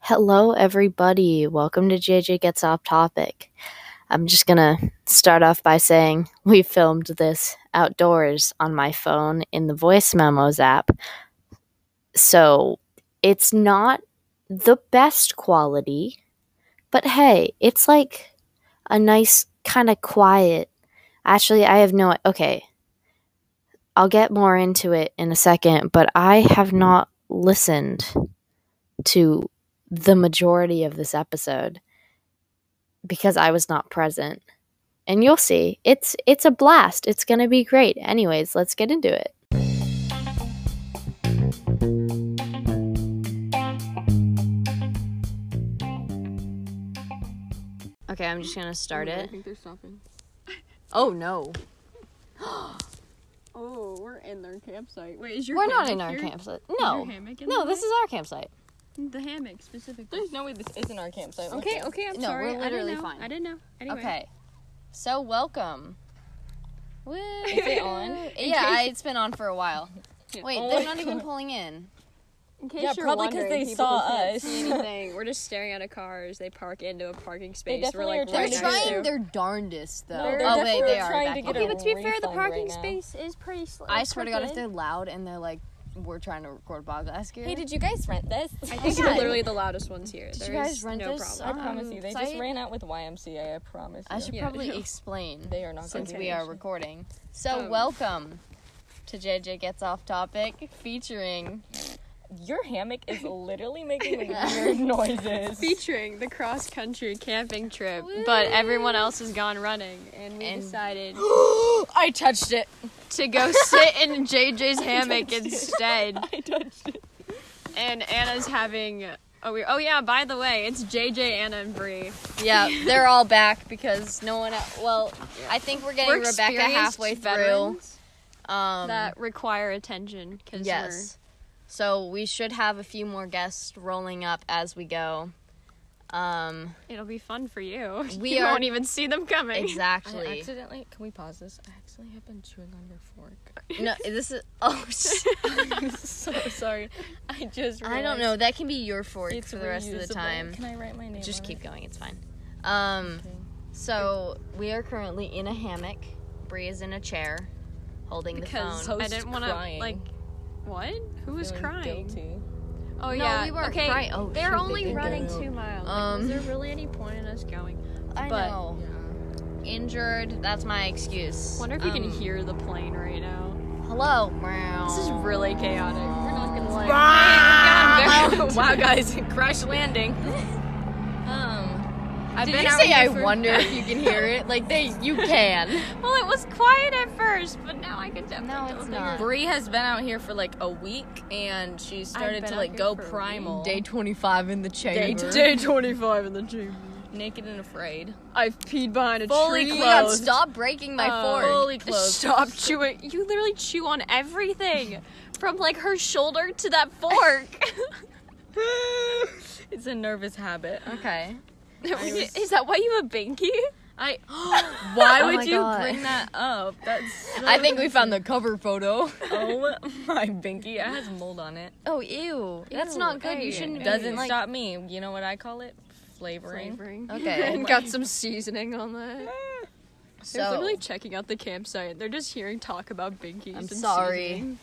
Hello, everybody. Welcome to JJ Gets Off Topic. I'm just going to start off by saying we filmed this outdoors on my phone in the Voice Memos app. So it's not the best quality, but hey, it's like a nice kind of quiet. Actually, I have no. Okay. I'll get more into it in a second, but I have not listened to the majority of this episode because I was not present. And you'll see. It's it's a blast. It's going to be great. Anyways, let's get into it. Okay, I'm just going to start I it. think they're stopping. Oh no. Oh, we're in their campsite. Wait, is your We're not in hammock our here? campsite. Is your No. hammock in No, the this is our campsite. way? the hammock specifically. There's no way this isn't our campsite. Okay, okay, I'm No, sorry. we're I literally didn't know. fine. I didn't know. Anyway. Okay. So welcome. Woo. Is it on? yeah, I, it's been on for a while. Wait, Oh they're my not even pulling in. In case Yeah, you're probably 'cause they wondering, people saw can't us. see anything. we're just staring at a car as they park into a parking space. definitely we're are like They're They're right trying next trying to- their darndest, though. No, they're oh wait, definitely they are trying back to in. get Okay, a but to be fair, the refund parking right now. space is pretty slow. I swear to God, if they're loud and they're like, we're trying to record podcast here. Hey, did you guys rent this? I think Yeah. we're literally the loudest ones here. Did There you is guys rent no this? I problem. Um, promise you, they site- just ran out with YMCA. I promise you. I should Yeah. probably explain They are not since gonna Oh. we be are patient. recording. So Um. welcome to JJ Gets Off Topic featuring Your hammock is literally making weird noises. featuring the cross country camping trip, but everyone else has gone running, and we And- decided I touched it. to go sit in JJ's hammock instead. I touched it. And Anna's having oh we oh yeah by the way it's JJ Anna and Bree. Yeah, they're all back because no one else, well, I think we're getting We're Rebecca experienced halfway through. veterans Um that require attention because Yes. So we should have a few more guests rolling up as we go. Um, it'll be fun for you. We you are- won't even see them coming. exactly. I accidentally. Can we pause this? I accidentally have been chewing on your fork. no, this is. Oh, sh- I'm so sorry. I just. Realized I don't know. That can be your fork It's for the rest of reusable. the time. Can I write my name? Just on keep It? going. It's fine. Um, Okay. so we are currently in a hammock. Bree is in a chair, holding because the phone. I didn't want to Crying. like what? Who was Feeling crying? guilty. Oh No, yeah. we weren't okay. crying. Oh, shoot, They're they only did go running out. two miles. Um, Like, was there really any point in us going? I but- know. Yeah. Injured. That's my excuse. Wonder if you can Um, hear the plane right now. Hello. This is really chaotic. We're not gonna like. wow, guys, crash landing. Um, I've did been you out say here I for- wonder if you can hear it? Like they, you can. Well, it was quiet at first, but now I can definitely. No, tell it's they not. Bree has been out here for like a week, and she started been to out like here go for a primal, Day 25 in the Day- chamber. day twenty-five in the gym. naked and afraid. I've peed behind a Fully tree. Oh my God, clothed. stop breaking my Um, fork. Oh, Fully clothed. Stop chewing. You literally chew on everything, from like her shoulder to that fork. it's a nervous habit. Okay. Is that why you have a binky? I. Why Oh would my you God. bring that up? That's. So, I think we found the cover photo. Oh my binky! It has mold on it. Oh, ew. That's Ew, not good. hey, You shouldn't. Doesn't like, stop me. You know what I call it? Flavoring. Okay. and got some seasoning on that. They're So, literally checking out the campsite. They're just hearing talk about binkies. I'm and sorry. seasoning.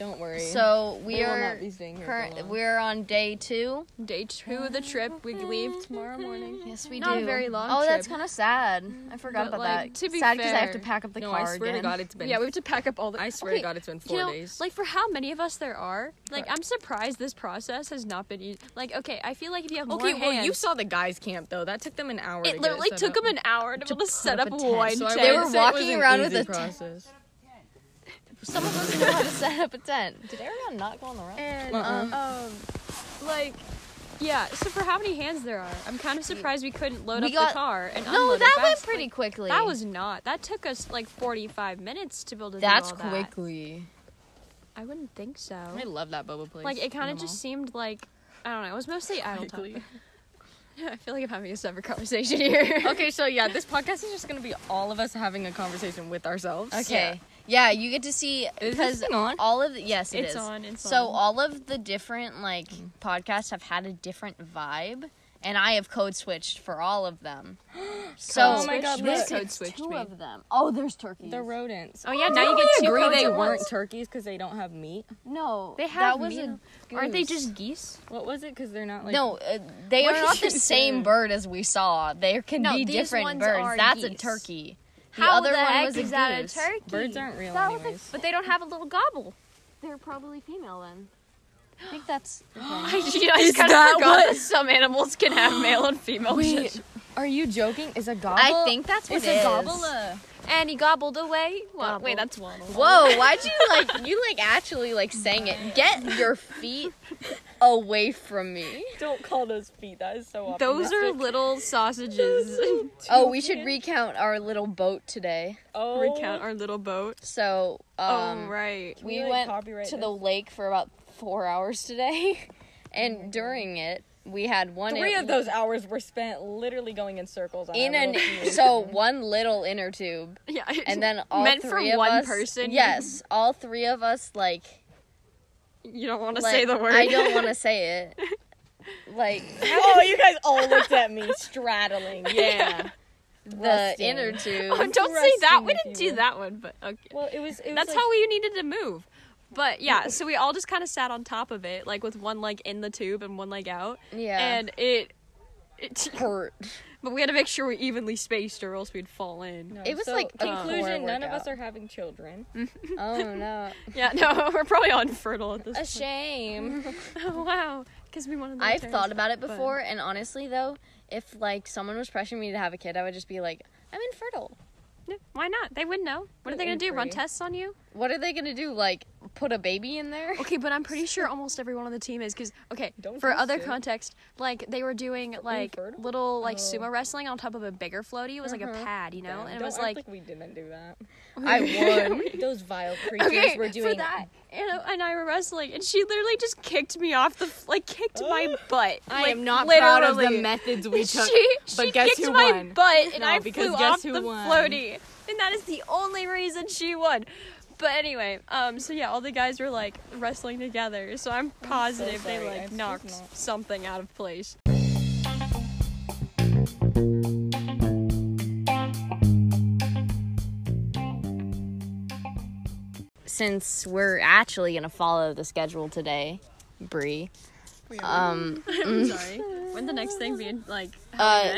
Don't worry. So we They will are not be staying here for current. long. We're on day two. Day two of the trip, we leave tomorrow morning. Yes, we Not a do. very long Oh, that's trip. kind of sad. I forgot But, about like, that. to be sad because I have fair- to pack up the no, car I swear again. to God, it's been. Yeah, we have to pack up all the. I swear Okay, to God, it's been four you know, days. Like for how many of us there are, like I'm surprised this process has not been easy. Like okay, I feel like if you have Okay, more well, you hands- saw the guys' camp though. That took them an hour. to it get literally set took up. them an hour to, be able to put set up up a tent. one So I tent. They were would say it was walking an around with easy a tent. process. Some of us know how to set up a tent. Did everyone not go on the run? and Uh-uh. um, like. Yeah, so for how many hands there are, I'm Hmm. kind of surprised we couldn't load We up got- the car and No, unload that it went fast. pretty quickly. That was not. That took us like 45 minutes to build a. That's all that. quickly. I wouldn't think so. I love that boba place. Like it kind in of the just seemed like I don't know. It was mostly idle time. Quickly. I feel like I'm having a separate conversation here. mall. okay, so yeah, this podcast is just gonna be all of us having a conversation with ourselves. Okay. Yeah, you get to see Is because this thing on? all of the, yes, it It's is. on, it's so on. all of the different like podcasts have had a different vibe, and I have code switched for all of them. so Oh my God, there's look. Code switched two me. of them. Oh, there's turkeys. The rodents. Oh, yeah, now you get two agree codes they at weren't once. turkeys because they don't have meat. no, They that have was meat a on- Aren't they Goose. just geese? What was it? Because they're not like no. Uh, they What are did not the you same say? bird as we saw. There can No, be these different ones birds. are That's a geese. turkey. The How other the one heck was a is that a goose. turkey? Birds aren't real That was a- anyways. But they don't have a little gobble. They're probably female then. I think that's. I just kind of that forgot what- that some animals can have male and female. Wait, are you joking? Is a gobble? I think that's what it's it a is. gobble. a- And he gobbled away. Well, wait, that's waddle. Whoa, why'd you like you like actually like sang it? Get your feet away from me. Don't call those feet. That is so. Those are optimistic. little sausages. Oh, we should recount our little boat today. Oh, Recount our little boat. So, Oh um right. we We, like, went to copyright the lake for about 4 hours today. And during it, we had one Three in- of those hours were spent literally going in circles. On in our an little feet. so one little inner tube Yeah. and then all meant three for of one us- person. Yes, all three of us like You don't want to like- say the word. I don't want to say it. Like oh, you guys all looked at me straddling. yeah. the Resting. inner tube. Oh, don't say that. We Thrusting, if didn't you do will. that one, but okay. Well, it was. It was That's like, how we needed to move. But yeah, so we all just kind of sat on top of it, like with one leg in the tube and one leg out. Yeah. And it, it hurt. but we had to make sure we evenly spaced or else we'd fall in. No, It was so, like a core conclusion. None of workout. us are having children. Oh no. Yeah, no, we're probably on fertile at this A point. shame. Oh, wow. Because we wanted the I've returns. thought about it but- before and honestly though, if like someone was pressuring me to have a kid, I would just be like, I'm infertile. Yeah, Why not? They wouldn't know. What are An they going to do? Run inquiry. tests on you? What are they gonna do? Like put a baby in there? Okay, but I'm pretty sure almost everyone on the team is because okay. Don't for jinx other it. context, like they were doing like infertile? Oh. Uh-huh. little like sumo wrestling on top of a bigger floaty. It was like a pad, you know, Damn, and it don't was act like, we didn't do that. I would. Those vile creatures okay, were doing for that. Anna and I were wrestling, and she literally just kicked me off the f- like kicked my butt. I like, am not proud of the literally. methods we took. she, but she guess kicked who my won? butt, and No, I because flew guess off who the won? floaty, and that is the only reason she won. But anyway, um, so yeah, all the guys were like wrestling together, so I'm positive they sorry, I like did knocked not. something out of place. Since we're actually gonna follow the schedule today, Bree. Um I'm sorry. Wouldn't Mm. the next thing be like uh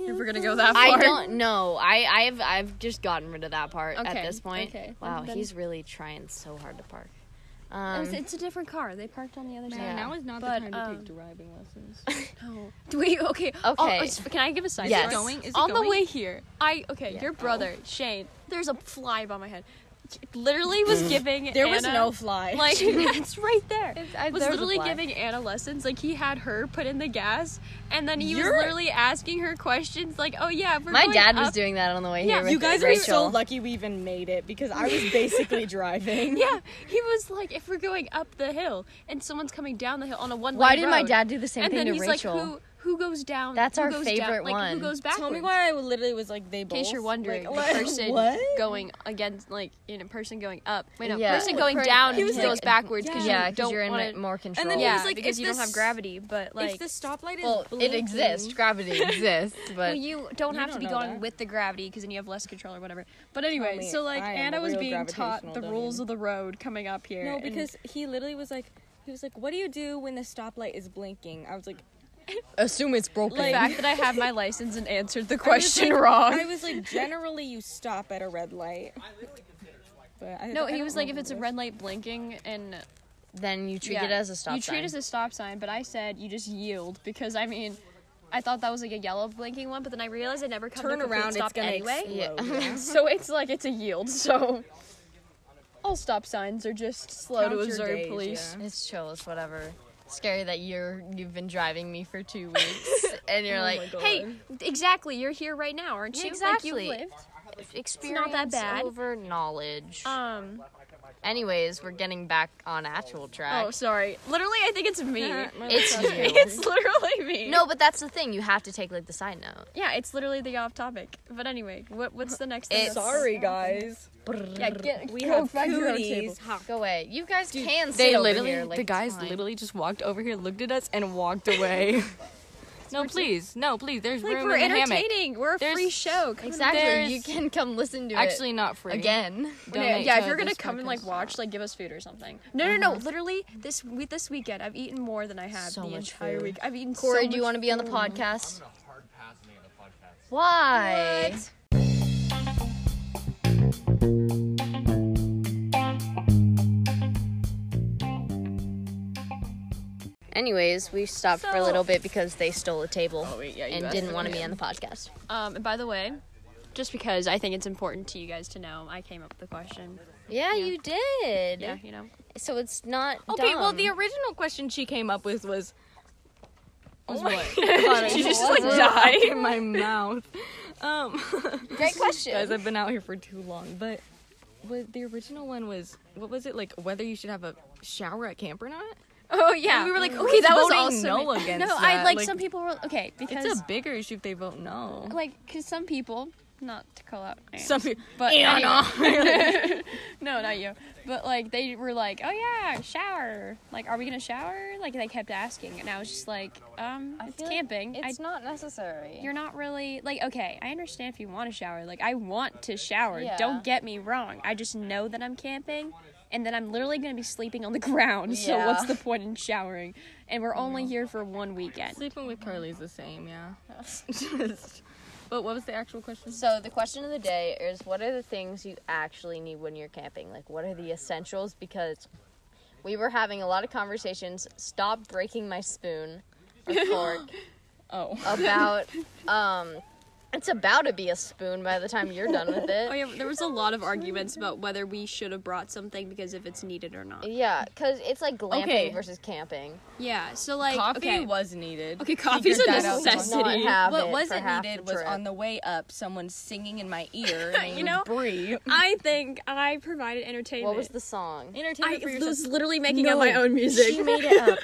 if we're gonna go that I don't know. I, I've I've just gotten rid of that part at Okay, this point. okay. Wow, Then- he's really trying so hard to park. It Um, was- it's a different car. They parked on the other Yeah. side. Now is not But, the time to um, take driving lessons. No. Do we? Okay. Oh, Okay. is- can I give a side? Yes. story? Going? Is it On the going? way here, I okay. Your brother Shane. There's a fly by my head. Literally was giving. There was Anna- no fly. Like it's right there. I- was there's a literally fly. giving Anna lessons. Like he had her put in the gas, and then he You're- was literally asking her questions. Like, oh yeah, we're my going dad was up- doing that on the way Yeah, here. With you you guys are Rachel. so lucky we even made it because I was basically driving. Yeah, he was like, if we're going up the hill and someone's coming down the hill on a one. Why did my dad do the same And thing then to he's Rachel? like, who who goes down? That's who our goes favorite down, like, one. Who goes back? Tell me why I literally was like they both. In case you're wondering, Like, the person what? going against, like, you know, person going up. Wait, no, Yeah. person going down He he was goes like- backwards because yeah, you because don't you're in want it more control. And then he Yeah, was like, because if you don't this- have gravity, but if like, the stoplight is well, it blinking- exists. Gravity exists, well, but you don't You have don't to be know going that. with the gravity because then you have less control or whatever. But anyway, me, so like I am Anna a was real being taught gravitational the dummy. rules of the road coming up here. No, and- because he literally was like, he was like, "What do you do when the stoplight is blinking?" I was like, assume it's broken. the fact that I have my license and answered the I was question like- wrong. I was like, generally you stop at a red light. But I, no, I he don't was like, if remember it's a this. red light blinking and then you treat Yeah. it as a stop You treat sign. it as a stop sign, but I said you just yield because I mean, I thought that was like a yellow blinking one, but then I realized I never come turn to a complete around, it's stop gonna anyway. explode. so it's like it's a yield. So all stop signs are just slow Count to your observe days, police. yeah. it's chill. It's whatever. Scary that you're you've been driving me for two weeks, and Oh you're like, Hey, exactly. You're here right now, aren't Yeah, you? Like exactly. you lived. experience bad. over knowledge. Um, Anyways, we're getting back on actual track. Oh, sorry. Literally, I think it's me. it's you. it's literally me. No, but that's the thing. You have to take like the side note. Yeah, it's literally the off topic. But anyway, what what's the next thing? It's- Sorry, guys. Yeah, get, We go have back to the round cooties. table. Go away. You guys can sit They over literally, here, like, the it's guys fine. literally just walked over here, looked at us, and walked away. no, please, no, please. There's Like room we're in the hammock. entertaining. We're a There's- free show. Come Exactly. There's- You can come listen to it. Actually, not free. again. Donate yeah, if to you're gonna this come and like podcast. watch, like give us food or something. No, no, no. Literally, this we, this weekend, I've eaten more than I had Uh-huh. So the much entire food. week. I've eaten. Corey, so do you much want to be on the podcast? Why? What? Anyways, we stopped for a So- little bit because they stole a table wait, yeah, you and asked didn't for want to that. be on the podcast. Um, and by the way, just because I think it's important to you guys to know, I came up with the question. Yeah, you did. Yeah, you know. So it's not Okay, well, the dumb. original question she came up with was. oh Was what? She just like died in my mouth. Um, great question. guys, I've been out here for too long. But what the original one was what was it like? Whether you should have a shower at camp or not? Oh yeah. We were like, okay, that was voting also no me. against No, I that? like, Like, some people were okay because It's a bigger issue if they vote no. like because some people not to call out names, Some people, but Anna. anyway. no not you but like they were like oh yeah shower like are we gonna shower like they kept asking and i was just like um it's camping It's I, not necessary. you're not really like okay i understand if you want to shower like i want to shower Yeah. don't get me wrong i just know that i'm camping and then i'm literally gonna be sleeping on the ground so Yeah. what's the point in showering and we're only here for one weekend Sleeping with Carly is the same, yeah. Just- but what was the actual question? So the question of the day is what are the things you actually need when you're camping? Like what are the essentials because we were having a lot of conversations, stop breaking my spoon or fork Oh, about um it's about to be a spoon by the time you're done with Oh it. yeah, there was a lot of arguments about whether we should have brought something because if it's needed or not. Yeah, because it's like glamping Okay. versus camping. Yeah, so like coffee okay, was needed. okay, coffee's a Figured that out. Not necessity. have What it for wasn't half needed the was trip. on the way up, someone singing in my ear. named know? Brie. I think I provided entertainment. What was the song? Entertainment I for yourself was literally making up my own She music. made it up.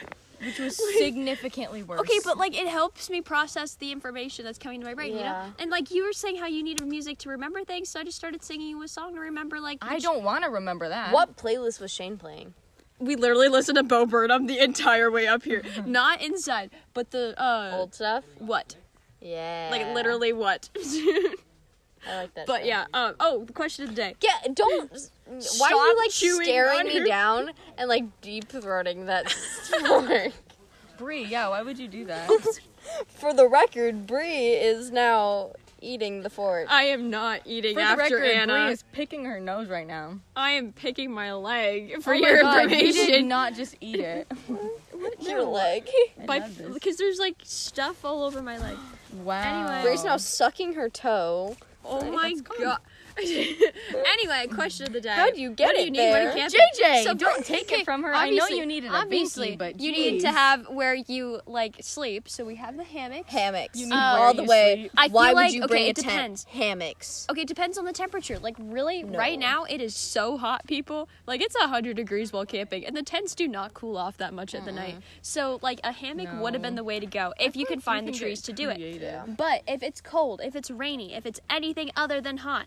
was significantly worse. Okay, but like it helps me process the information that's coming to my brain, you Yeah. know. And like you were saying, how you needed music to remember things, so I just started singing you a song to remember. Like I which- don't want to remember that. What playlist was Shane playing? We literally listened to Bo Burnham the entire way up here, not inside, but the uh Old stuff? what, Yeah. like literally what. I like that. but show. yeah, um, oh, the question of the day. Get don't. Why are Stop you like chewing staring on me her- down and like deep throating that fork? Brie, yeah, why would you do that? For the record, Bree is now eating the fork. I am not eating for the after record, Anna. Brie is picking her nose right now. I am picking my leg for Oh my your God, you did information. not just eat it. Your leg. love this. Because there's like stuff all over my leg. Wow. Anyway. Bree's now sucking her toe. Oh my god. anyway, question of the day. How'd you get what do it you there? Need when you camp? JJ, So don't first- take it from her. I know you needed a obviously, binky, but you need to geez. have where you like sleep. So we have the hammock. Hammocks. Uh, You need Oh, all where the you way. sleep. I feel Why like- would you okay, bring it a depends. tent? Hammocks. Okay, it depends on the temperature. Like really, No. right now it is so hot, people. Like it's hundred degrees while camping, and the tents do not cool off that much at the night. Mm-hmm. So like a hammock would have been the way to go if you could find the trees to do it. Yeah. But if it's cold, if it's rainy, if it's anything other than hot,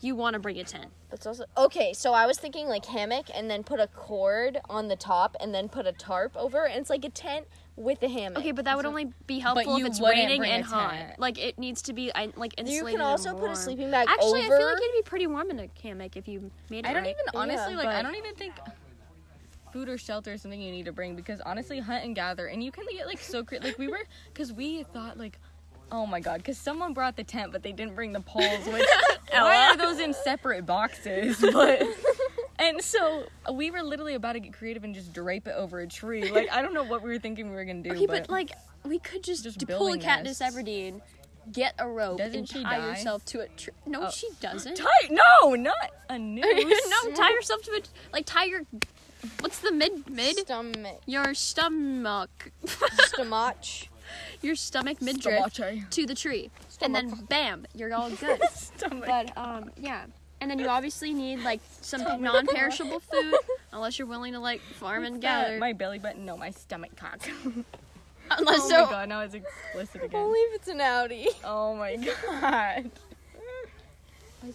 you want to bring a tent. That's also okay. So I was thinking like hammock, and then put a cord on the top, and then put a tarp over, and it's like a tent with a hammock. Okay, but that would only be helpful if you it's wouldn't raining bring a and hot. tent. Like it needs to be I- like you insulated. can and also put warm. a sleeping bag Actually, over. I feel like it'd be pretty warm in a hammock if you made it. I don't right. even honestly like. I but- don't even think food or shelter is something you need to bring because honestly, hunt and gather, and you can get like so cre- like we were because we thought like. Oh my god, because someone brought the tent, but they didn't bring the poles. Which, why are those in separate boxes? But and so we were literally about to get creative and just drape it over a tree. Like I don't know what we were thinking we were gonna do. Okay, but, but, like we could just, Just d- pull a building Katniss nests. Everdeen, get a rope, and Doesn't she tie die? Oh. yourself to a tree. No, she doesn't. Tight- no, not a noose. no, tie yourself to a like tie your. What's the mid mid? stomach, Your stomach, stomach. your stomach midriff Stomache. to the tree, and then bam, you're all good. Stomach. But um, yeah. And then you obviously need like some non-perishable food, unless you're willing to like farm and gather. my belly button, no, my stomach cock. unless oh so, my god, now it's explicit again. believe it's an Audi. Oh my god.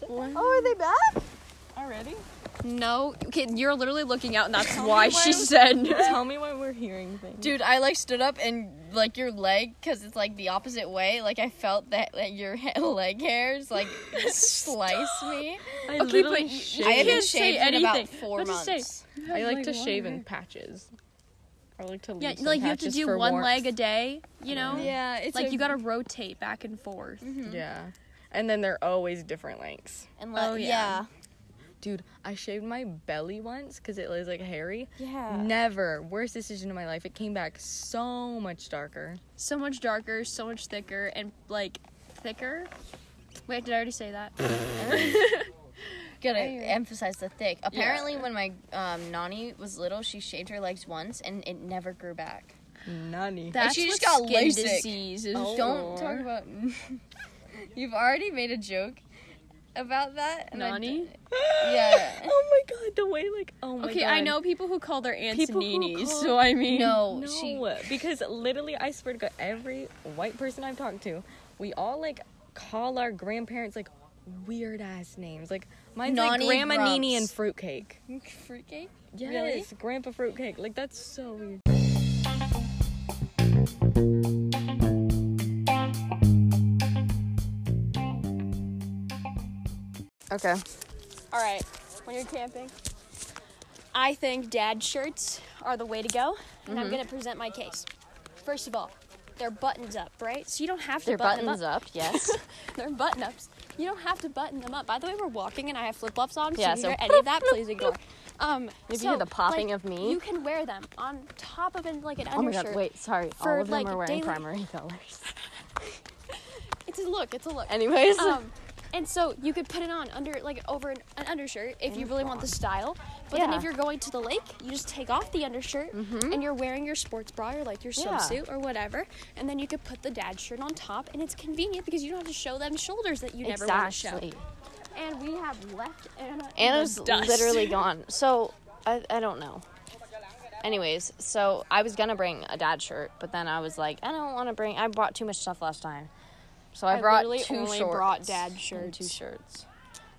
Oh, are they back? Already? no, okay, you're literally looking out, and that's why she said. Tell me why we're hearing things. Dude, I like stood up and like your leg, cause it's like the opposite way. Like I felt that, that your ha- leg hairs like slice me. I okay, literally but you- shave. I you haven't can't shaved say in anything. about four What does it months. say? I like to shave in patches. I like to leave Yeah, some like you have to patches do for one warmth. leg a day. You know, Yeah, it's like a- you gotta rotate back and forth. Yeah. And then they're always different lengths. And let, Oh, yeah. yeah. Dude, I shaved my belly once because it was like hairy. Yeah. Never. Worst decision of my life. It came back so much darker. So much darker, so much thicker, and like Oh thicker. Wait, did I already say that? Gotta emphasize the thick. Apparently, when my um, nani was little, she shaved her legs once and it never grew back. Nani. That's she just what got skin LASIK. disease is Don't for. talk about. You've already made a joke about that. and I Nani? d- yeah. oh my god, the way like oh my okay, god. I know people who call their aunts People who ninis, call- so I mean, No, No, she. because literally, I swear to God, every white person I've talked to, we all like call our grandparents like weird ass names. Like mine's Nani like Grandma Grumps. Nini and Fruitcake. Fruitcake? Yes, Grandpa Fruitcake. Like that's so weird. Okay. All right, when you're camping, I think dad shirts are the way to go, and Mm-hmm. I'm gonna present my case. First of all, they're buttons up, right? So you don't have to Their button buttons them up, yes. up. They're button ups. You don't have to button them up. By the way, we're walking, and I have flip flops on. Yeah, so, so if you hear any of that, please ignore. Um, If so, you hear the popping like, of me- you can wear them on top of an, like an oh my undershirt. god, wait, sorry. for, All of them like, are wearing daily- primary colors. It's a look. It's a look. Anyways. Um, and so you could put it on under like over an, an undershirt if you really want the style. But then Yeah. Mm-hmm. if you're going to the lake, you just take off the undershirt and you're wearing your sports bra or like your Yeah. swimsuit or whatever, and then you could put the dad shirt on top, and it's convenient because you don't have to show them shoulders that you never want to exactly. show. And we have left Anna. in Anna's the dust. literally gone. So, I, I don't know. Anyways, so I was gonna bring a dad shirt, but then I was like, I don't want to bring. I brought too much stuff last time, so I, I brought literally two only shorts. brought dad and shirts. Two shirts.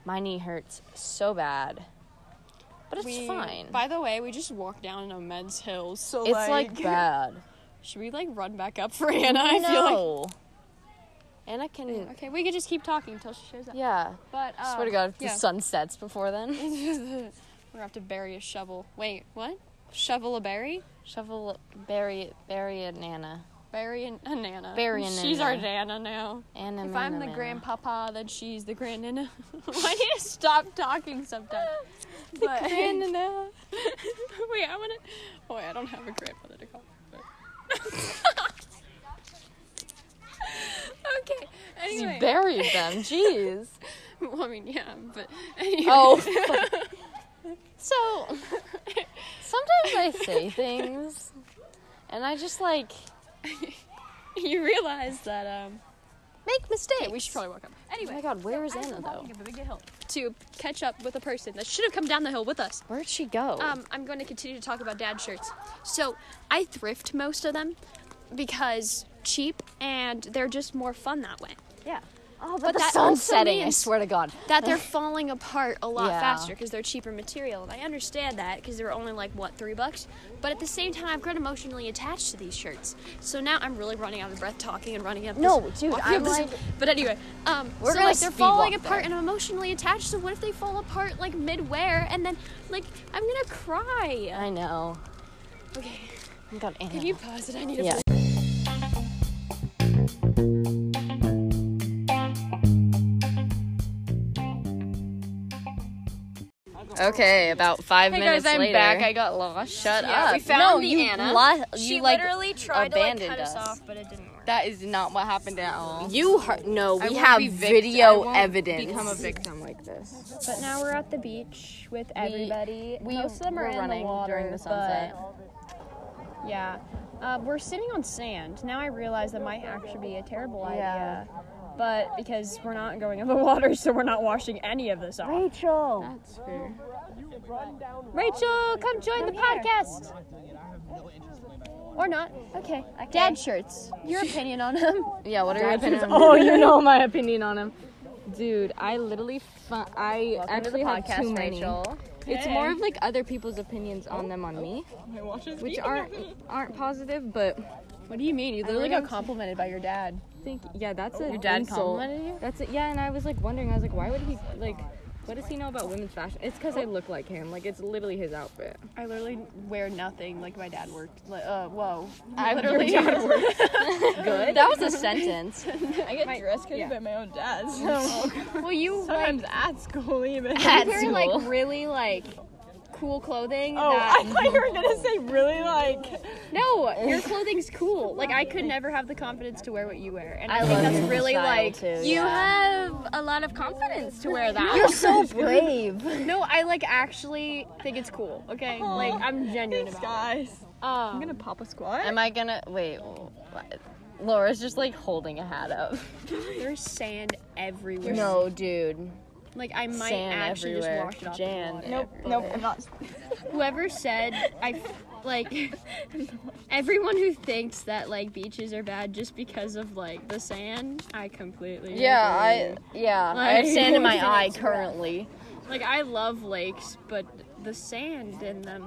My knee hurts so bad, but it's We- fine. By the way, we just walked down a men's hill, so it's like, bad. should we like run back up for Anna? I feel no. Anna can. like okay, we could just keep talking until she shows up. Yeah. But uh, Swear to God, if yeah. the sun sets before then. We're gonna have to bury a shovel. Wait, what? Shovel a berry? Shovel, bury, bury it, Nana. Bury an- a nana. Bury a She's our nana. nana now. Anna. If I'm Nana, the Nana. grandpapa, then she's the grandnana. I need to stop talking sometimes. But- Nana. Wait, I wanna. Boy, I don't have a grandmother to call. But... okay. Anyway. You buried them. Jeez. well, I mean, yeah, but anyway. Oh. so sometimes I say things and I just like you realize that um. make mistakes. Okay, we should probably walk up. Oh my god, where is Anna though? to catch up with a person that should have come down the hill with us. Where'd she go? Um, I'm going to continue to talk about dad shirts. So I thrift most of them because cheap and they're just more fun that way. yeah. Oh, but, but the that sun's also setting. I means- swear to God. That they're falling apart a lot Yeah. faster because they're cheaper material. And I understand that because they were only like, what, three bucks? But at the same time, I've grown emotionally attached to these shirts. So now I'm really running out of breath talking and running up. No, this, dude, walking I'm up this- like- But anyway, um, We're so gonna like they're speed falling walk apart there. and I'm emotionally attached. So what if they fall apart like mid-wear and then like I'm gonna cry? I know. Okay. Oh my god, Anna. Can you pause it? I need to. yeah. Okay, about five Hey minutes guys, I'm later. back. I got lost. Shut Yeah, up. we found no, the you Anna. Lo- She you, like, literally tried to like, abandoned cut us. us. off, but it didn't work. That is not what happened at all. You heard, no, I we won't have be vict- I video won't evidence. Become a victim like this. But now we're at the beach with everybody. we Most of them were are in running the water, during the sunset. but- yeah. Uh, we're sitting on sand. Now I realize that might actually be a terrible idea. But because we're not going in the water, so we're not washing any of this off. Rachel, Rachel, come join the podcast. Or not. Okay. Dad shirts. Your opinion on them. Yeah, what are your opinions on oh, you know my opinion on him. Dude, I literally, fu- I Welcome to actually the have too podcast, many. Rachel? It's more of like other people's opinions on them on me, Oh, which aren't aren't positive. But What do you mean? You literally got complimented by your dad. I think yeah, that's a Your dad insult. complimented you? That's it. Yeah, and I was like wondering. I was like, why would he like? What does he know about women's fashion? It's because I look like him. Like it's literally his outfit. I literally wear nothing like my dad worked. Like, uh, whoa. I literally good. That was a sentence. I get dress coded by my own dad. Well, you Sometimes at school even. At you wear school. like really like cool clothing. Oh, that- I thought you were gonna say really like. no, your clothing's cool. Like I could never have the confidence to wear what you wear, and I, I think love that's your really style, like too, you yeah. have a lot of confidence to wear that. you're so brave. No, I like actually think it's cool. Okay, like I'm genuine Thanks, about guys. it. Um, I'm gonna pop a squat. Am I gonna wait? what? Laura's just like holding a hat up. there's sand everywhere. No, dude. like I might Sand actually everywhere. just wash it off. Jan. The water. Nope, nope, I'm not. Whoever said I like everyone who thinks that like beaches are bad just because of like the sand, I completely I yeah. I have sand in my eye currently. I like I love lakes, but the sand in them,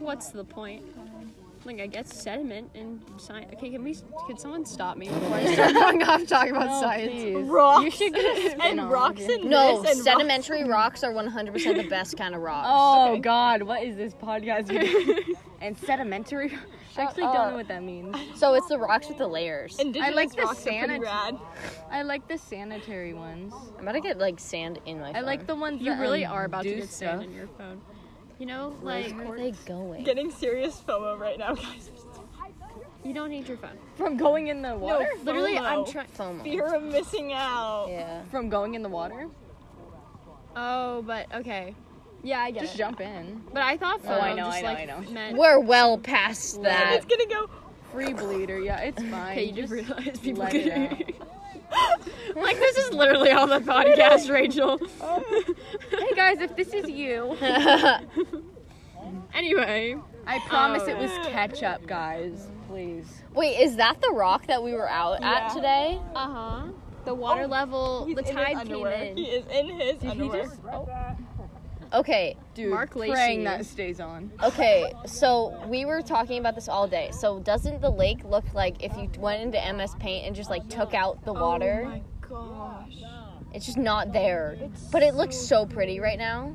what's the point? Like I guess sediment and science. Okay, can we? Could someone stop me before I start going off talking about science? Rocks. You should get and rocks and No, this and sedimentary rocks are 100% the best kind of rocks. Oh God, what is this podcast? and sedimentary. I actually don't know what that means. So it's the rocks with the layers. Indigenous I like the rocks are pretty sanit- rad. I like the sanitary ones. I'm about to get like sand in my. I like the ones You that, really um, are about to do get stuff. sand in your phone. You know, like Where are they going? Getting serious FOMO right now, guys. you don't need your phone. from going in the water. No, Literally, I'm FOMO. trying. FOMO. Fear of missing out. Yeah. From going in the water. Oh, but okay. Yeah, I get Just it. jump in. Oh, But I thought phone. I know, just, I know, like, I know. Meant- We're well past And that. it's gonna go. Free bleeder. Yeah, it's fine. Okay, you just realized people let it out. like this is literally on the podcast, Rachel. hey guys, if this is you, Anyway, I promise it was ketchup, guys. Please. Oh. Wait, is that the rock that we were out at today? uh huh. The water level, He's the in his tide came underwear. in. He is in his underwear. oh. Okay, Dude, Mark Lacey. praying that stays on. okay. So we were talking about this all day. So doesn't the lake look like if you went into MS Paint and just like took out the water? Oh my gosh. It's just not there. but it looks so pretty right now.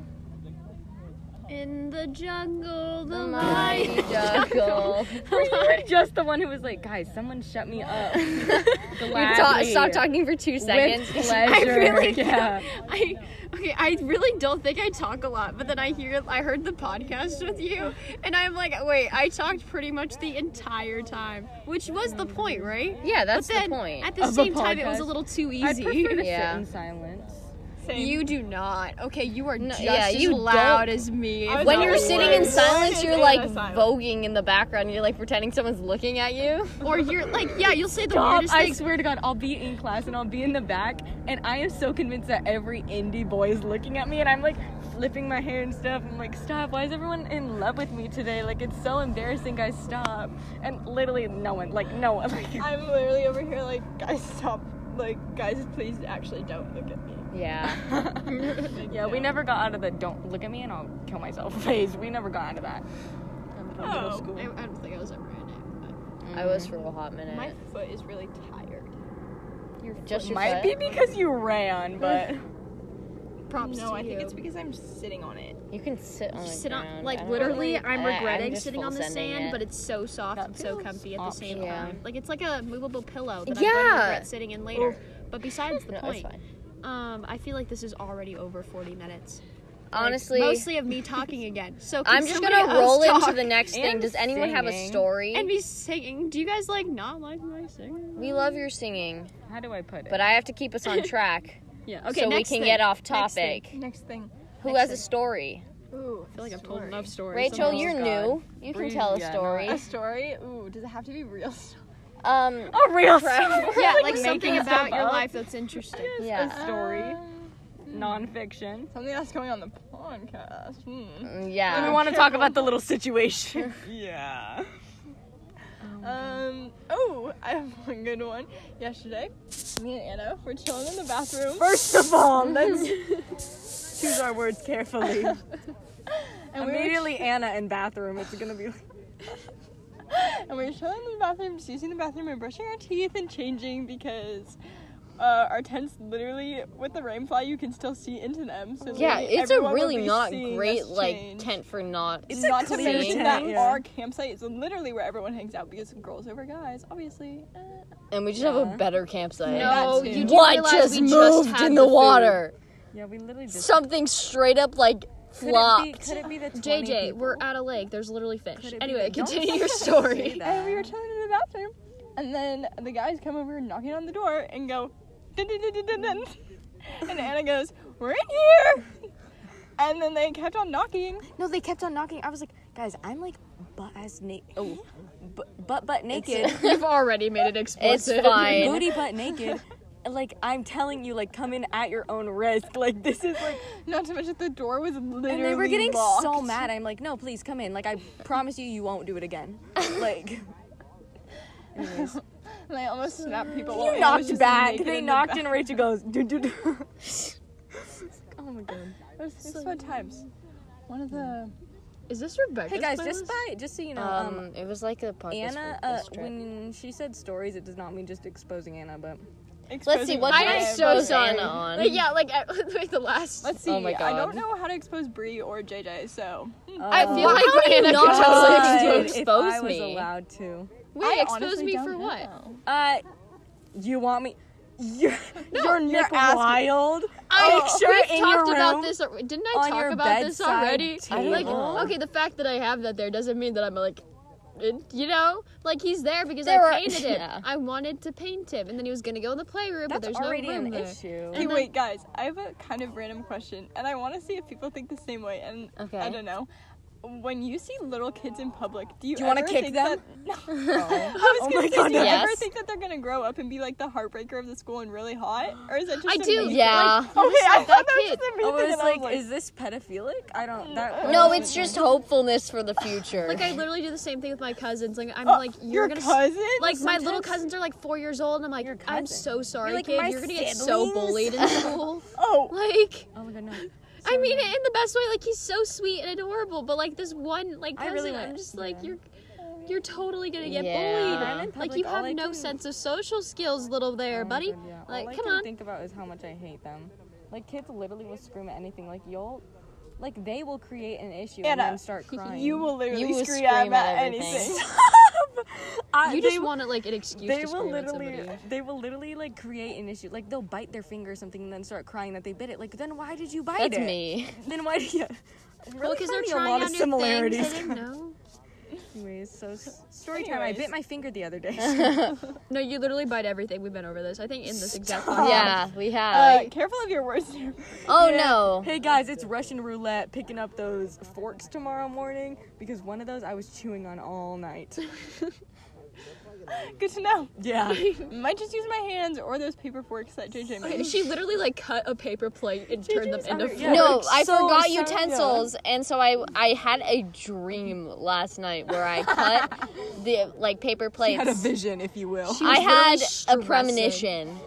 In the jungle, the, light. Mighty jungle. you were just the one who was like, guys, someone shut me up. We ta- stopped talking for two seconds. With pleasure. really yeah. I okay, I really don't think I talk a lot, but then I hear I heard the podcast with you, and I'm like, wait, I talked pretty much the entire time, which was the point, right? yeah, that's Then the point. at the Of a same time, it was a podcast. little too I easy. prefer to Yeah. sit in silence. Same. You do not. Okay, you are just yeah, as you loud don't. as me. I was when No you're way. sitting in Why silence, is you're it like in the silence? voguing in the background. You're like pretending someone's looking at you. or you're like, yeah, you'll say the Bob, weirdest I things. swear to God, I'll be in class and I'll be in the back, and I am so convinced that every indie boy is looking at me, and I'm like flipping my hair and stuff. I'm like, stop! Why is everyone in love with me today? Like, it's so embarrassing, guys. Stop! And literally, no one, like, no one, like, I'm literally over here like, guys, stop. Like, guys, please actually don't look at me. Yeah. yeah, we never got out of the "don't look at me and I'll kill myself" phase. We never got out of that. Oh, I, I don't think I was ever in it. I was for a hot minute. my foot is really tired. Just your Might foot. be because you ran, but But props No, to I think you. it's because I'm sitting on it. You can sit on You the sit ground. on I like don't literally. really- I'm I- regretting just sitting on the full sending sand, it. but it's so soft That and so feels comfy at the same optional. time. Yeah. Like it's like a movable pillow that I'm going Yeah. to regret sitting in later. But besides the No, point, it's fine. um, I feel like this is already over 40 minutes. Like, Honestly, mostly of me talking again. So can I'm just somebody gonna else roll into talk the next thing. and Does anyone have a singing. story? and me singing. Do you guys like not like my singing? we love your singing, how do I put it? but I have to keep us on track Yeah. Okay. so we next can thing. get off Next thing, topic. Next thing. Who has a story? Ooh, I feel like I've told enough stories. Rachel, Somehow. you're God. new. You can Breathe, tell a yeah, no, story. A story? Ooh, does it have to be real? Um, A real story. Yeah, like something about your life that's interesting. yeah. Story. Nonfiction. Something that's going on the podcast. Hmm. We Yeah. mm, want to talk about the little situation. Yeah. Um. Oh, I have one good one. Yesterday, me and Anna were chilling in the bathroom, First of all, let's choose our words carefully. and we, were, Immediately, Anna in bathroom. It's gonna be. and we were chilling in the bathroom, just using the bathroom and brushing our teeth and changing because uh, our tents literally, with the rainfly, you can still see into them. So Yeah, literally it's a everyone would really be not seeing great us like change. tent for not. It's not to clean mention tent, that yeah. our campsite is literally where everyone hangs out because girls over guys, obviously. Uh, And we just have a better campsite. No, too. you do What realize just we moved just had in the, the food. water? Yeah, we literally just. Something straight up like flopped. Could it be, could it be the 20 JJ, people? we're at a lake. There's literally fish. Could it be Anyway, that- Don't continue your Say story. that. and we were chilling in the bathroom, and then the guys come over knocking on the door and go, dun, dun, dun, dun, dun, dun. and Anna goes, "We're in here," and then they kept on knocking. No, they kept on knocking. I was like, guys, I'm like butt ass naked. Oh, butt butt, butt naked. You've already made it It's explicit. fine. Booty butt naked. Like I'm telling you, like come in at your own risk. Like this is like, Not to mention the door was literally and they were getting locked. so mad. I'm like, no, please come in. Like I promise you, you won't do it again. Like And I almost snapped people. while you Anna was knocked just back. naked They in the knocked, bath- and Rachel goes, do do do. It was, it was fun times. One of the Is this Rebecca? Hey guys, just by just so you know, um, Um, it was like a podcast. Anna, for uh, this trip. when she said stories, it does not mean just exposing Anna, but Let's see exposing what I did I am so expose sorry. Anna on. Like, yeah, like at, like the last. Let's see. Oh my I God. don't know how to expose Bree or JJ, so I feel like how do you Anna not could decide totally if expose. Oh, I expose was me. allowed to. Wait, I expose honestly me don't for what? know. Uh, you want me? You're, you're you're Nick asking- Wild. I Oh, we've we're in your talked about room, this. al- Didn't on I your talk about this bedside already? table. Like, okay, the fact that I have that there doesn't mean that I'm like, it- you know, like he's there because There I are- painted it. yeah. I wanted to paint him, and then he was gonna go in the playroom, but That's there's already no room an there. issue. Hey, And then- wait, guys, I have a kind of random question, and I want to see if people think the same way. And I Okay. don't know. When you see little kids in public, do you, Do you want wanna to kick them? That... No. I was Oh gonna my say, God, do you ever yes. think that they're gonna grow up and be like the heartbreaker of the school and really hot, or is that just? I a do. me- Yeah. Like, Okay, I that thought that was kid. just a me Oh, thing, it's and I was like, is this pedophilic? I don't. That, No, it's just hopefulness for the future. Like I literally do the same thing with my cousins. Like I'm Uh, "Oh, like, you're your gonna. s- cousin. Like my little sometimes- cousins are like four years old, and I'm like, Your I'm cousin. so sorry, like, kid. "My You're gonna get so siblings?" bullied in school. Oh, like, Oh my god, no. I mean it in the best way. Like he's so sweet and adorable, but like this one, like I cousin, really I'm went- just like you're, you're totally gonna get Yeah. bullied. I'm in Like public, you all have I no can- sense of social skills, little there, buddy. Oh Like All I come can on. think about is how much I hate them. Like kids literally will scream at anything. Like you'll, like they will create an issue and Anna, then start crying. you will literally You will scream, at, scream at everything. anything. I, you they just wanted like an excuse they to will scream at literally somebody. they will literally like create an issue like they'll bite their finger or something and then start crying that they bit it like then why did you bite That's it me. then why did you Well, really because they're finding trying a lot out of new similarities things. I didn't know. anyways so s- story time i Anyways. bit my finger the other day No, you literally bite everything. We've been over this. I think in this exact. podcast. Yeah, we have. Uh, careful of your words. oh Yeah. no. hey guys it's russian roulette picking up those forks tomorrow morning because one of those i was chewing on all night Good to know. yeah Might just use my hands or those paper forks that JJ made. Okay, she literally like cut a paper plate and turned them into other- forks. yeah. No, I So forgot sad. utensils, and so I I had a dream last night where I cut the like paper plates. had a vision if you will I was had really a stressing. premonition.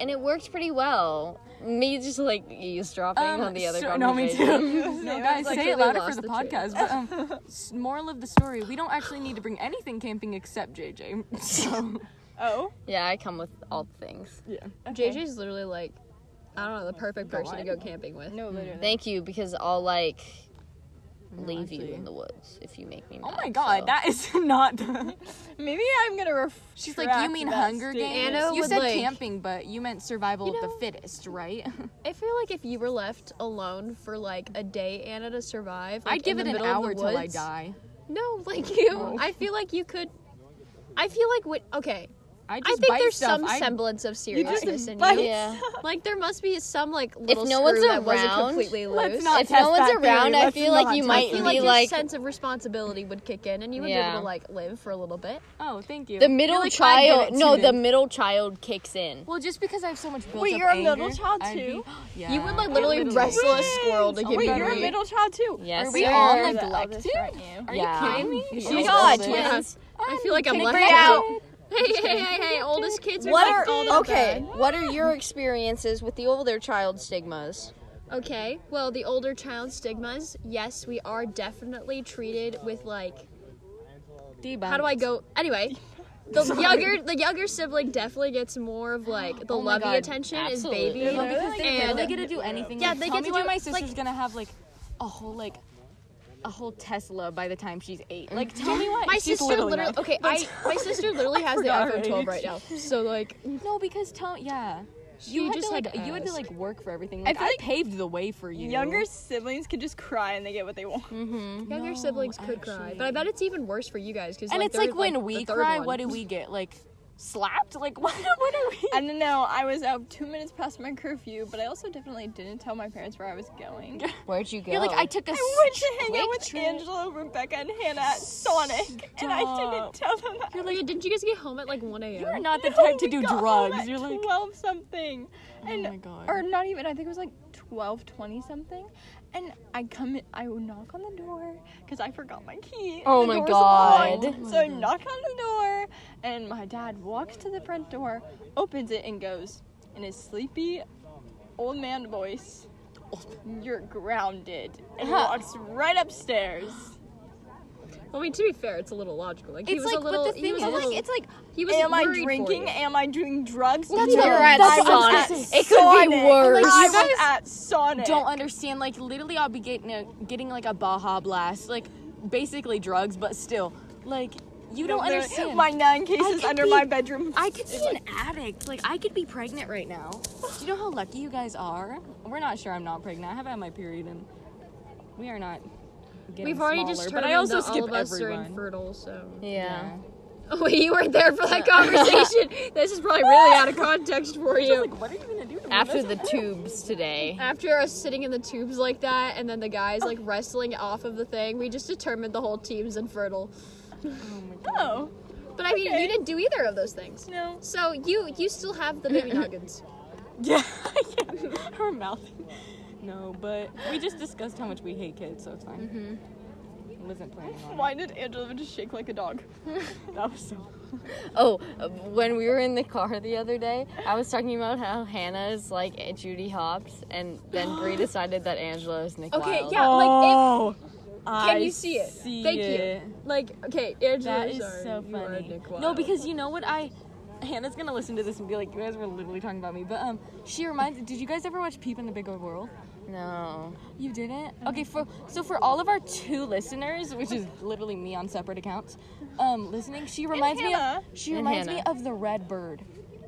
And it worked pretty well. Me just like eavesdropping Um, on the other so- Um, no, me conversation. too. no, guys, like, say it really louder for the, lost the train. podcast. But um, s- moral of the story: we don't actually need to bring anything camping except JJ. So Oh, Yeah, I come with all the things. JJ's literally like, I don't know, the perfect person to go camping with. no, literally. Thank you because I'll like leave you in the woods if you make me mad. oh my god, so. that is not. The... Maybe I'm gonna. Ref- She's like, you mean Hunger Games? Games? Anna you would, said like- camping, but you meant survival You of know- the fittest, right? I feel like if you were left alone for like a day, Anna, to survive, like, I'd give in it the an middle of the hour till I woods- die. No, like you, I feel like you could. I feel like what? Okay, I I just think bite there's stuff. some I- semblance of you just seriousness in bite you. Yeah. Like there must be some like little no screw one's that around, wasn't completely loose. Let's not if test no one's that theory. around, I Let's feel like not you test might I feel that. like be your like- sense of responsibility would kick in, and you would be Yeah. able to like live for a little bit. Oh, thank you. The middle like, I get child, it no, too. the middle child kicks in. Well, just because I have so much built Wait, up you're a anger, middle child I'd be- too? yeah. You would like literally, literally- wrestle a squirrel to Oh, get wait, better. you're a middle child too. Yes, Are we sir. all The neglected? Are yeah. you kidding me? Oh Oh my my God, God, twins. twins. I feel like I'm left break out. Hey, hey, hey, hey! Oldest kids are What left all the are okay? What are your experiences with the older child stigmas? Okay. Well, the older child stigmas. Yes, we are definitely treated with like. How do I go? Anyway, the younger the younger sibling definitely gets more of like Oh the lovey attention is baby. Well, because they and- barely get to do anything. Yeah, Like, they tell get me to why do- my like- sister's gonna have like a whole like a whole Tesla by the time she's eight. Like, tell me why. My She's sister little literally, enough. okay, I my sister literally has the forgot her iPhone 12 age. right now. So like, No, because tell yeah. you had just to, had like to you had to ask. like work for everything. Like I, feel like paved the way for you. Younger siblings can just cry and they get what they want. younger siblings could cry, but I bet it's even worse for you guys because and like, it's they're, like when the we third cry, one. what do we get? Like slapped? Like what? What are we? I don't know. I was out two minutes past my curfew, but I also definitely didn't tell my parents where I was going. Where'd you go? You're like I took a. I went to hang out quick with trip. Angela, Rebecca, and Hannah at Sonic, and I Stop. didn't tell them. That. You're like, didn't you guys get home at like 1 a.m.? You're not the type to We do got home drugs. at You're like twelve something, and oh my god. or not even. I think it was like twelve twenty something, and I come. in- I would knock on the door because I forgot my key. Oh The my door's God. locked. so I knock on the door, and my dad walks to the front door, opens it, and goes in his sleepy old man voice. You're grounded, and walks right upstairs. I mean, to be fair, it's a little logical. Like, he was a little, he was a little, it's like, he was am I worried for drinking? you. Am I doing drugs? That's what we're at Sonic. It could be worse. I was at Sonic. don't understand. Like literally, I'll be getting a, getting like a Baja Blast, like basically drugs, but still, like you don't Literally, understand. My nine cases could under be- my bedroom. I could be an addict. Like I could be pregnant right now. Do you know how lucky you guys are? We're not sure I'm not pregnant. I haven't had my period, and we are not. Getting We've already smaller, determined but I also that skip all of us everyone. are infertile, so. Yeah. Oh, wait, you weren't there for that conversation. this is probably really out of context for you. After the tubes today. After us sitting in the tubes like that, and then the guys like wrestling off of the thing, we just determined the whole team's infertile. Oh, But I mean, you didn't do either of those things. No. So you you still have the baby nuggets. Yeah, yeah. Her mouth. No, but We just discussed how much we hate kids, so it's fine. I wasn't planning on. Mm-hmm. why did Angela just shake like a dog? that was so. Oh, uh, when we were in the car the other day, I was talking about how Hannah is like uh, Judy Hopps, and then Bree decided that Angela is Nick Okay, Wilde. yeah, like Oh. if I you see it? see Thank you. it. like okay, Angela That is Lazar, so you are funny. Nick No, Wilde. because you know what I. Hannah's gonna listen to this and be like, "You guys were literally talking about me." But um, she reminds. Did you guys ever watch Peep in the Big Old World? No. You didn't. Okay, for so for all of our two listeners, which is literally me on separate accounts, um, listening, she reminds me of Hannah. she And reminds me Hannah. of the red bird,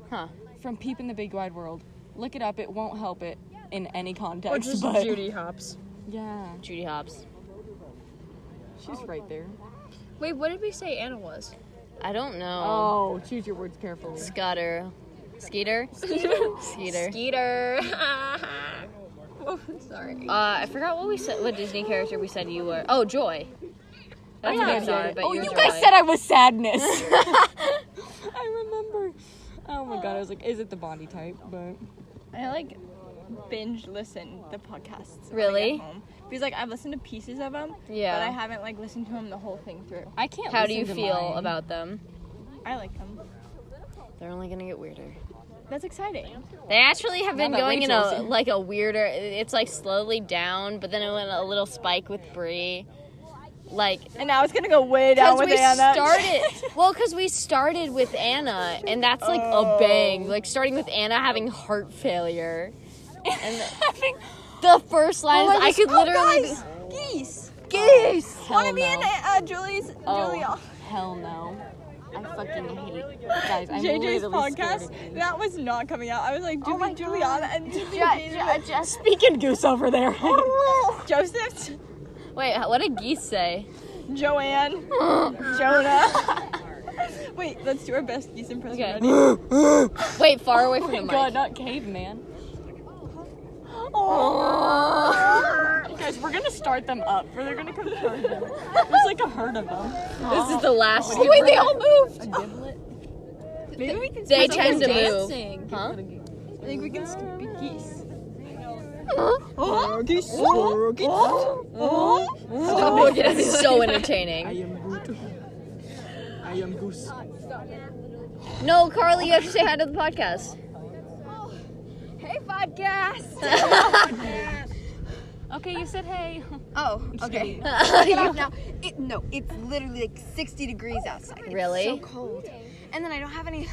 Huh. From Peep in the Big Wide World. Look it up. It won't help it in any context. or just but Judy Hops. yeah, Judy Hopps. she's right there. Wait, what did we say Anna was? I don't know. Oh, choose your words carefully. Scudder. Skeeter? Skeeter. Skeeter. oh, sorry. Uh, I forgot what we said. What Disney character we said you were? Oh, Joy. That's what I thought, but oh, you're you Joy. guys said I was sadness. I remember. Oh my god, I was like, is it the Bondi type? But I like binge listen the podcasts. when I get Really? home. Because like I've listened to pieces of them, Yeah. but I haven't like listened to them the whole thing through. I can't. How do listen you to feel mine. about them? I like them. They're only gonna get weirder. That's exciting. They actually have been that going in Rachel's a like a weirder. It's like slowly down, but then it went a little spike with Brie. Like And now it's gonna go way down because with we Anna. started well, because we started with Anna, and that's like Oh. a bang. Like starting with Anna having heart failure, and the first Oh line is I could literally. be- geese. Geese. Wanna be in uh, Julie's Julia Oh, Hell no. I fucking hate guys. I'm JJ's literally scared podcast? of you. Oh That was not coming out. I was like, Julie Juliana and Julie Speaking goose over there. Oh, Joseph, Wait, what did geese say? Joanne, Jonah. Wait, let's do our best geese impression. Okay. Ready? Wait, far away from Oh the mic. God, not caveman. Oh. Guys, we're gonna start them up, or they're gonna come toward them. There's like a herd of them. This is the last. Oh, wait, they all moved. Maybe we can. They tend to move. Huh? I think we can skip the geese. Stop it. This is so entertaining. I am good. I am goose. No, Carly, you have to say hi to the podcast. Okay, you said hey. Oh, okay. now, it, no, it's literally like 60 degrees outside. It's Really? so cold. And then I don't have any.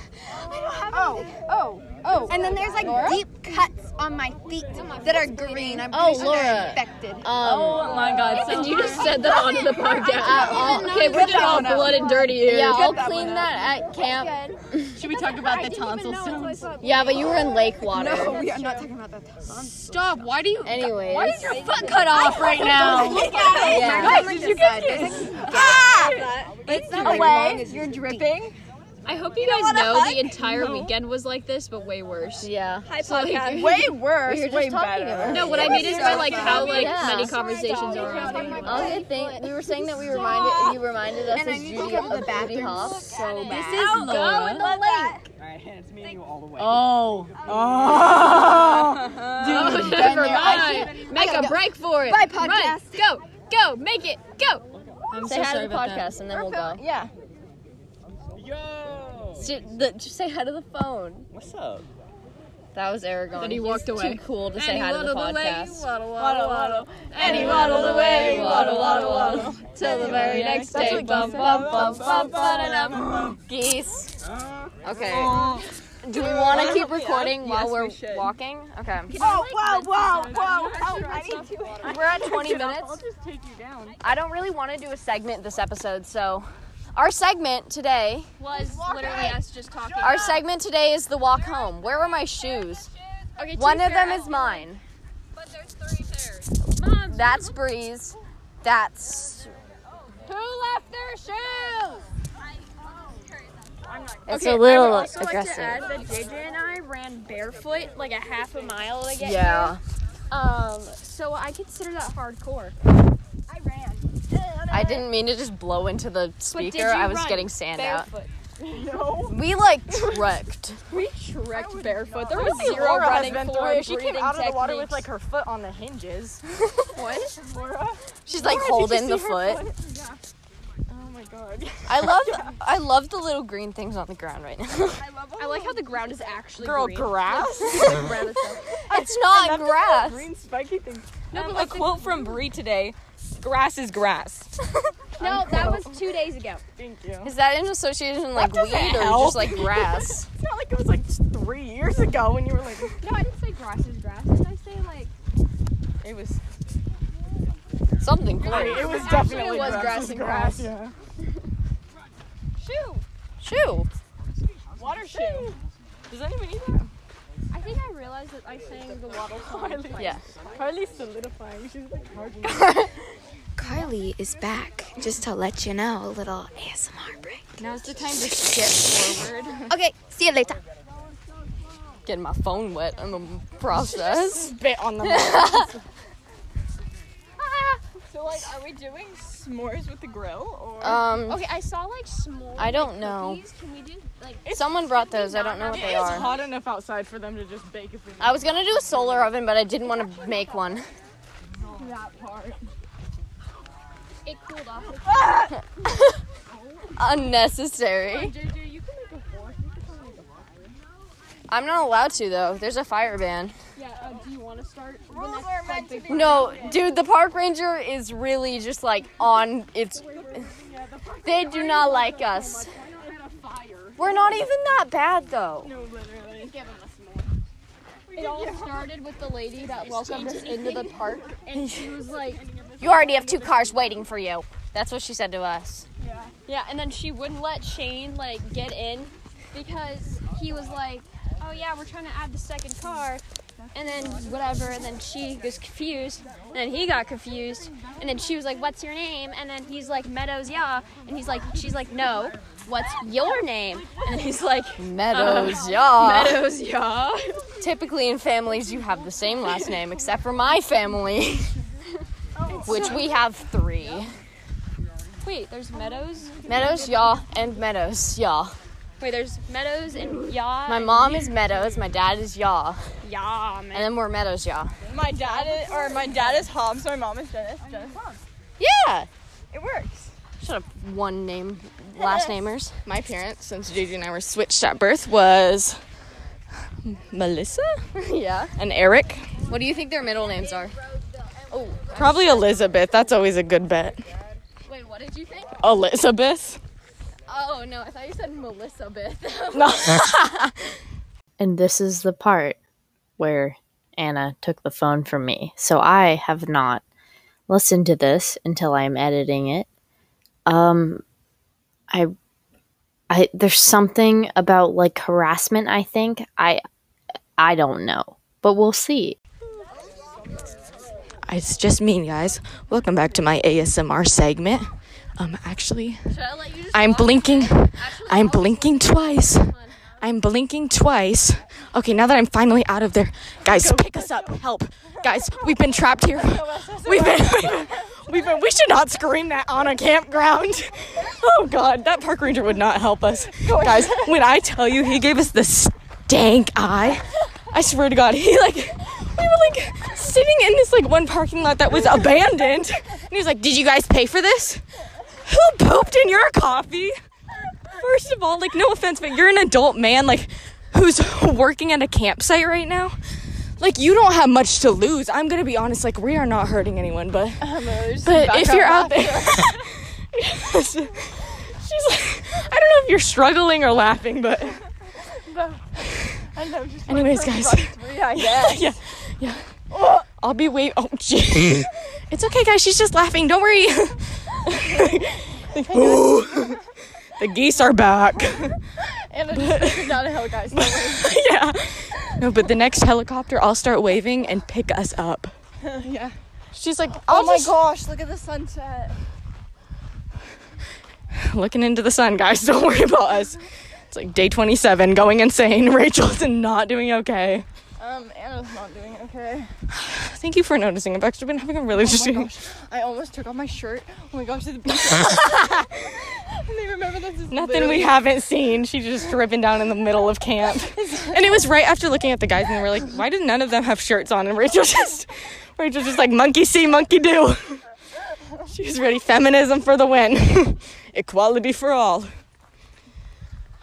I don't have oh, anything. Oh, oh, And then there's like deep cuts on my feet that are green. I'm Oh, pretty sure Laura. they're infected. Um, Oh my god, so you just said that onto the podcast. I'll, Okay, we're just all blood and dirty here. Yeah, I'll that clean that at camp. Should we talk about the tonsil stones? Yeah, but you were in lake water. No, we are not talking about that. Stop! Why do you? Anyways. Why is your foot cut off right now? Look at Yeah. did you get this? Ah! It's not away. You're dripping. I hope you guys know the entire weekend was like this, but way worse. Yeah. Hi, podcast. Way worse. We were just talking about it. No, what I mean is by like how like Yeah. many conversations are around. All good thing we were saying that we reminded you reminded us And I as need to Judy go to the of Judy bathroom Hop. so bad. Laura. Alright, it's me and you all the way. Oh. Oh, never mind. Make a break for it. Bye, Run, podcast. go, go, make it, go. I'm Say hi to the podcast and then we'll go. Yeah. Yo! Just, the, just say hi to the phone. What's up? That was Aragon. Then he He's walked away. Too cool to say hi to the podcast. waddle, waddle, waddle. And he waddled away, waddle, waddle, waddle, waddle, waddle. waddle, till the very next day. Bum, bum, bum, bum, bum, bum, Geese. Okay. Do we want to keep recording while we're walking? Okay. Whoa, whoa, whoa, whoa. Oh, I need to. We're at 20 minutes. I'll just take you down. I don't really want to do a segment this episode, so our segment today, Was literally us just talking. our segment today is the walk home. Where are my shoes? Okay, One of them is mine. But there's three pairs. That's Breeze. That's. Who left their shoes? It's a little aggressive. that JJ and I ran barefoot like a half a mile to get yeah, Um, so I consider that hardcore. I didn't mean to just blow into the speaker. you I was run getting sand out. barefoot? We like trekked. We trekked barefoot. There was zero Laura has running been for through. it, She came breathing out of the water techniques. with like her foot on the hinges. She's like holding the foot. Oh my god. I love I love the little green things on the ground right now. I like how the ground is actually Girl, green. grass. it's not grass. Green spiky thing. Um, a quote from Bree today. Grass is grass. No, that was two days ago. Thank you. Is that in association like weed doesn't or help. just like grass? It's not like it was like three years ago when you were like, No, I didn't say grass is grass. Did I say like? it was. Something cool. It was It definitely was grass. grass and grass. Yeah. Shoe. Water shoe. Does anyone need that? I think I realized that I sang the waddle song. Yeah. Carly's solidifying. She's like, hard. Carly is back. Just to let you know, a little ASMR break. Now's the time to skip forward. Okay, see you later. Getting my phone wet in the process. Spit on the So like, are we doing s'mores with the grill or? Um Okay, I saw like small. I don't know. Cookies. Can we do like? Someone brought those. I don't know what they It's are. hot enough outside for them to just bake if we I was gonna do a solar oven, but I didn't want to make one. It cooled off. Unnecessary. I'm not allowed to though. There's a fire ban. Yeah. Uh, do you want to start? No, dude, the park ranger is really just like on its. They do not like us. We're not even that bad though. It all started with the lady that welcomed us into the park, and she was like, You already have two cars waiting for you. That's what she said to us. yeah, and then she wouldn't let Shane like get in because he was like, oh yeah, we're trying to add the second car, and then whatever, and then she was confused, and then he got confused, and then she was like, "What's your name?" And then he's like, "Meadows, yeah," and he's like, "She's like, no, what's your name?" And he's like, Meadows, yeah. "Meadows, yeah." Typically in families, you have the same last name, except for my family, which we have three Wait, there's Meadows. Meadows, Yaw, and Meadows, Yaw. Wait, there's Meadows and Yaw. My mom is Meadows, my dad is Yaw, Yaw, and then we're Meadows, Yaw. My dad is, or my dad is Hobbs. My mom is Dennis. Dennis. Yeah! It works. Shut up, one name, last namers. My parents, since JJ and I were switched at birth, was Melissa yeah. and Eric. Oh, What do you think their middle names are? Probably Elizabeth. That's always a good bet. Wait, what did you think? Elizabeth. Oh, no, I thought you said Melissa Beth. And this is the part where Anna took the phone from me. So I have not listened to this until I am editing it. Um I I there's something about like harassment, I think. I I don't know. But we'll see. It's just me, guys. Welcome back to my ASMR segment. Um, actually, I'm blinking. I'm blinking twice. I'm blinking twice. Okay, now that I'm finally out of there, guys, pick us up. Help, guys. We've been trapped here. We've been. We've been. We've been we should not scream that on a campground. Oh God, that park ranger would not help us, guys. When I tell you, he gave us the stank eye. I swear to God, he like we were like sitting in this like one parking lot that was abandoned, and he was like, "Did you guys pay for this? Who pooped in your coffee?" First of all, like no offense, but you're an adult man, like who's working at a campsite right now. Like you don't have much to lose. I'm gonna be honest. Like we are not hurting anyone, but but if you're out there, she's like, I don't know if you're struggling or laughing, but Anyways, guys. yeah, yeah. I'll be wait. Oh, gee. it's okay, guys. She's just laughing. Don't worry. Like, "Ooh, the geese are back. Oh yeah. No, but the next helicopter, I'll start waving and pick us up. Yeah. She's like, oh my god, gosh, look at the sunset. looking into the sun, guys. Don't worry about us. It's like day 27, going insane. Rachel's not doing okay. Um, Anna's not doing okay. Thank you for noticing. I've actually been having a really Oh my interesting. gosh, I almost took off my shirt. Oh my gosh, to the beach. and they remember this is Nothing we haven't seen. She just driven down in the middle of camp. And it was right after looking at the guys and we're like, why did none of them have shirts on? And Rachel just Rachel just like monkey see, monkey do. She was ready. Feminism for the win. Equality for all.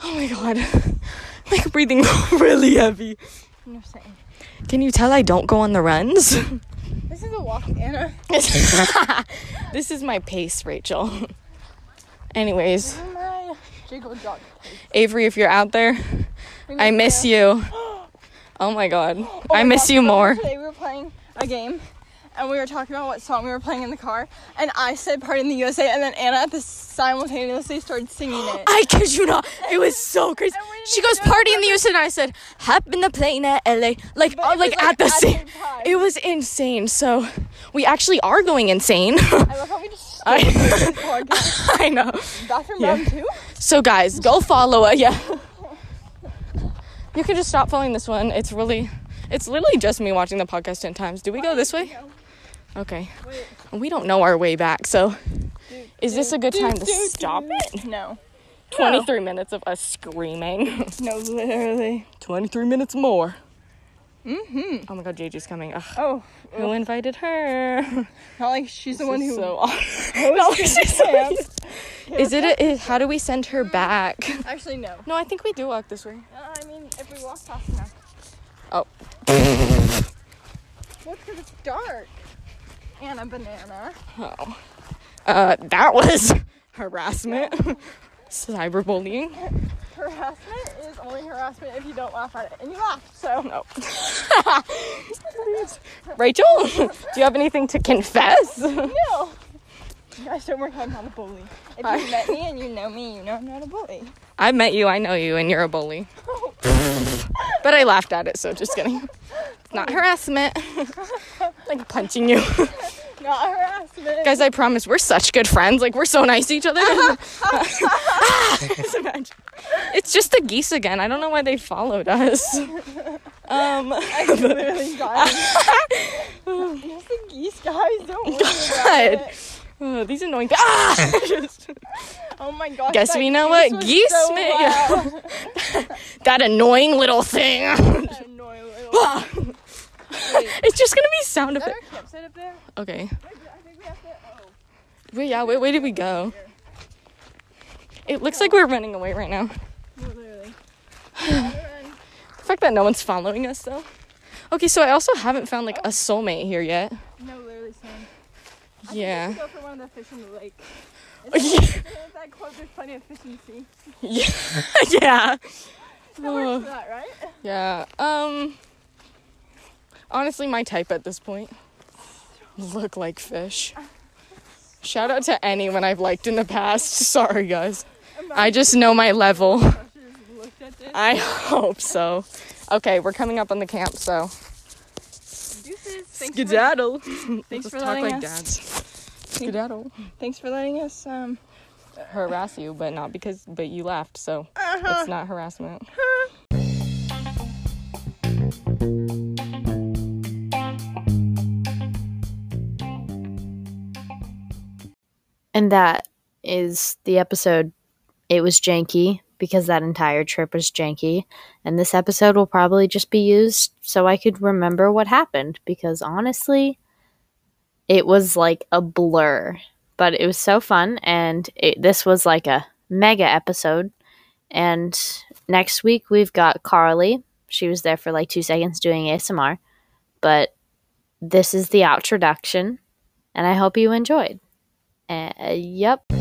Oh my god. Like breathing really heavy. Can you tell I don't go on the runs? This is a walk, Anna. this is my pace, Rachel. Anyways, My jiggle jog. Avery, if you're out there, I miss you. Oh my god. I my miss gosh, you remember more. Today we were playing a game, and we were talking about what song we were playing in the car, and I said "Party in the USA," and then Anna at the simultaneously started singing it. I kid you not. It was so crazy. She goes party in the USA and I said, hop in the plane at LA. Like, oh, like, at the same time. It was insane. So we actually are going insane. I love how we just I, podcast. I know. Bathroom Yeah. round two. So guys, go follow us. Yeah. You can just stop following this one. It's really it's literally just me watching the podcast ten times. Do we go this way? Okay. We don't know our way back, so is this a good time to stop it? No. 23 minutes of us screaming. No, literally. 23 minutes more. Mm-hmm. Oh my god, JJ's coming. Ugh, Oh, who invited her? not like she's the one This who. is so awkward. No, Oh, she's so- Is it a, is, how do we send her back? Actually, no. No, I think we do walk this way. Uh, I mean, if we walk fast enough. Oh. Look, 'cause it's dark. Anna banana. Oh. Uh, that was harassment. Cyberbullying. Harassment is only harassment if you don't laugh at it, and you laughed. So No. Rachel, do you have anything to confess? no. You guys don't work. I'm not a bully. If you met me and you know me, you know I'm not a bully. I met you, I know you, and you're a bully. but I laughed at it, so just kidding. Not harassment. Like punching you. Not harassment. Guys, I promise we're such good friends. Like we're so nice to each other. Just imagine. it's just the geese again. I don't know why they followed us. Um Literally, guys. Just the geese, guys. Don't worry about God. it. Oh, these annoying ah! Just- Oh my gosh. Guess that we know what was geese so make- loud. that annoying little thing. That annoying little- it's just gonna be sound Is that effect. our campsite up there? Okay. I think we have to. Oh. Wait, yeah, wait, where did we go? It looks like we're running away right now. the fact that no one's following us though. Okay, so I also haven't found like a soulmate here yet. Oh. No, literally, same. Yeah. Go for one of the fish in the lake. That quote, there's plenty of fish in the sea. yeah. yeah. That works for that, right? Yeah. Um honestly my type at this point. Look like fish. Shout out to anyone I've liked in the past. Sorry guys. I just know my level. Looked at this. I hope so. Okay, we're coming up on the camp, so Deuces. Thanks skedaddle. Thanks for talk letting like us- dads. Skedaddle. For, thanks for letting us. Um. Harass you, but not because but you laughed, so it's not harassment. And that is the episode. It was janky because that entire trip was janky. And this episode will probably just be used so I could remember what happened because honestly, it was like a blur. But it was so fun. And it, this was like a mega episode. And next week, we've got Carly. She was there for like two seconds doing ASMR. But this is the outroduction. And I hope you enjoyed. Uh, yep.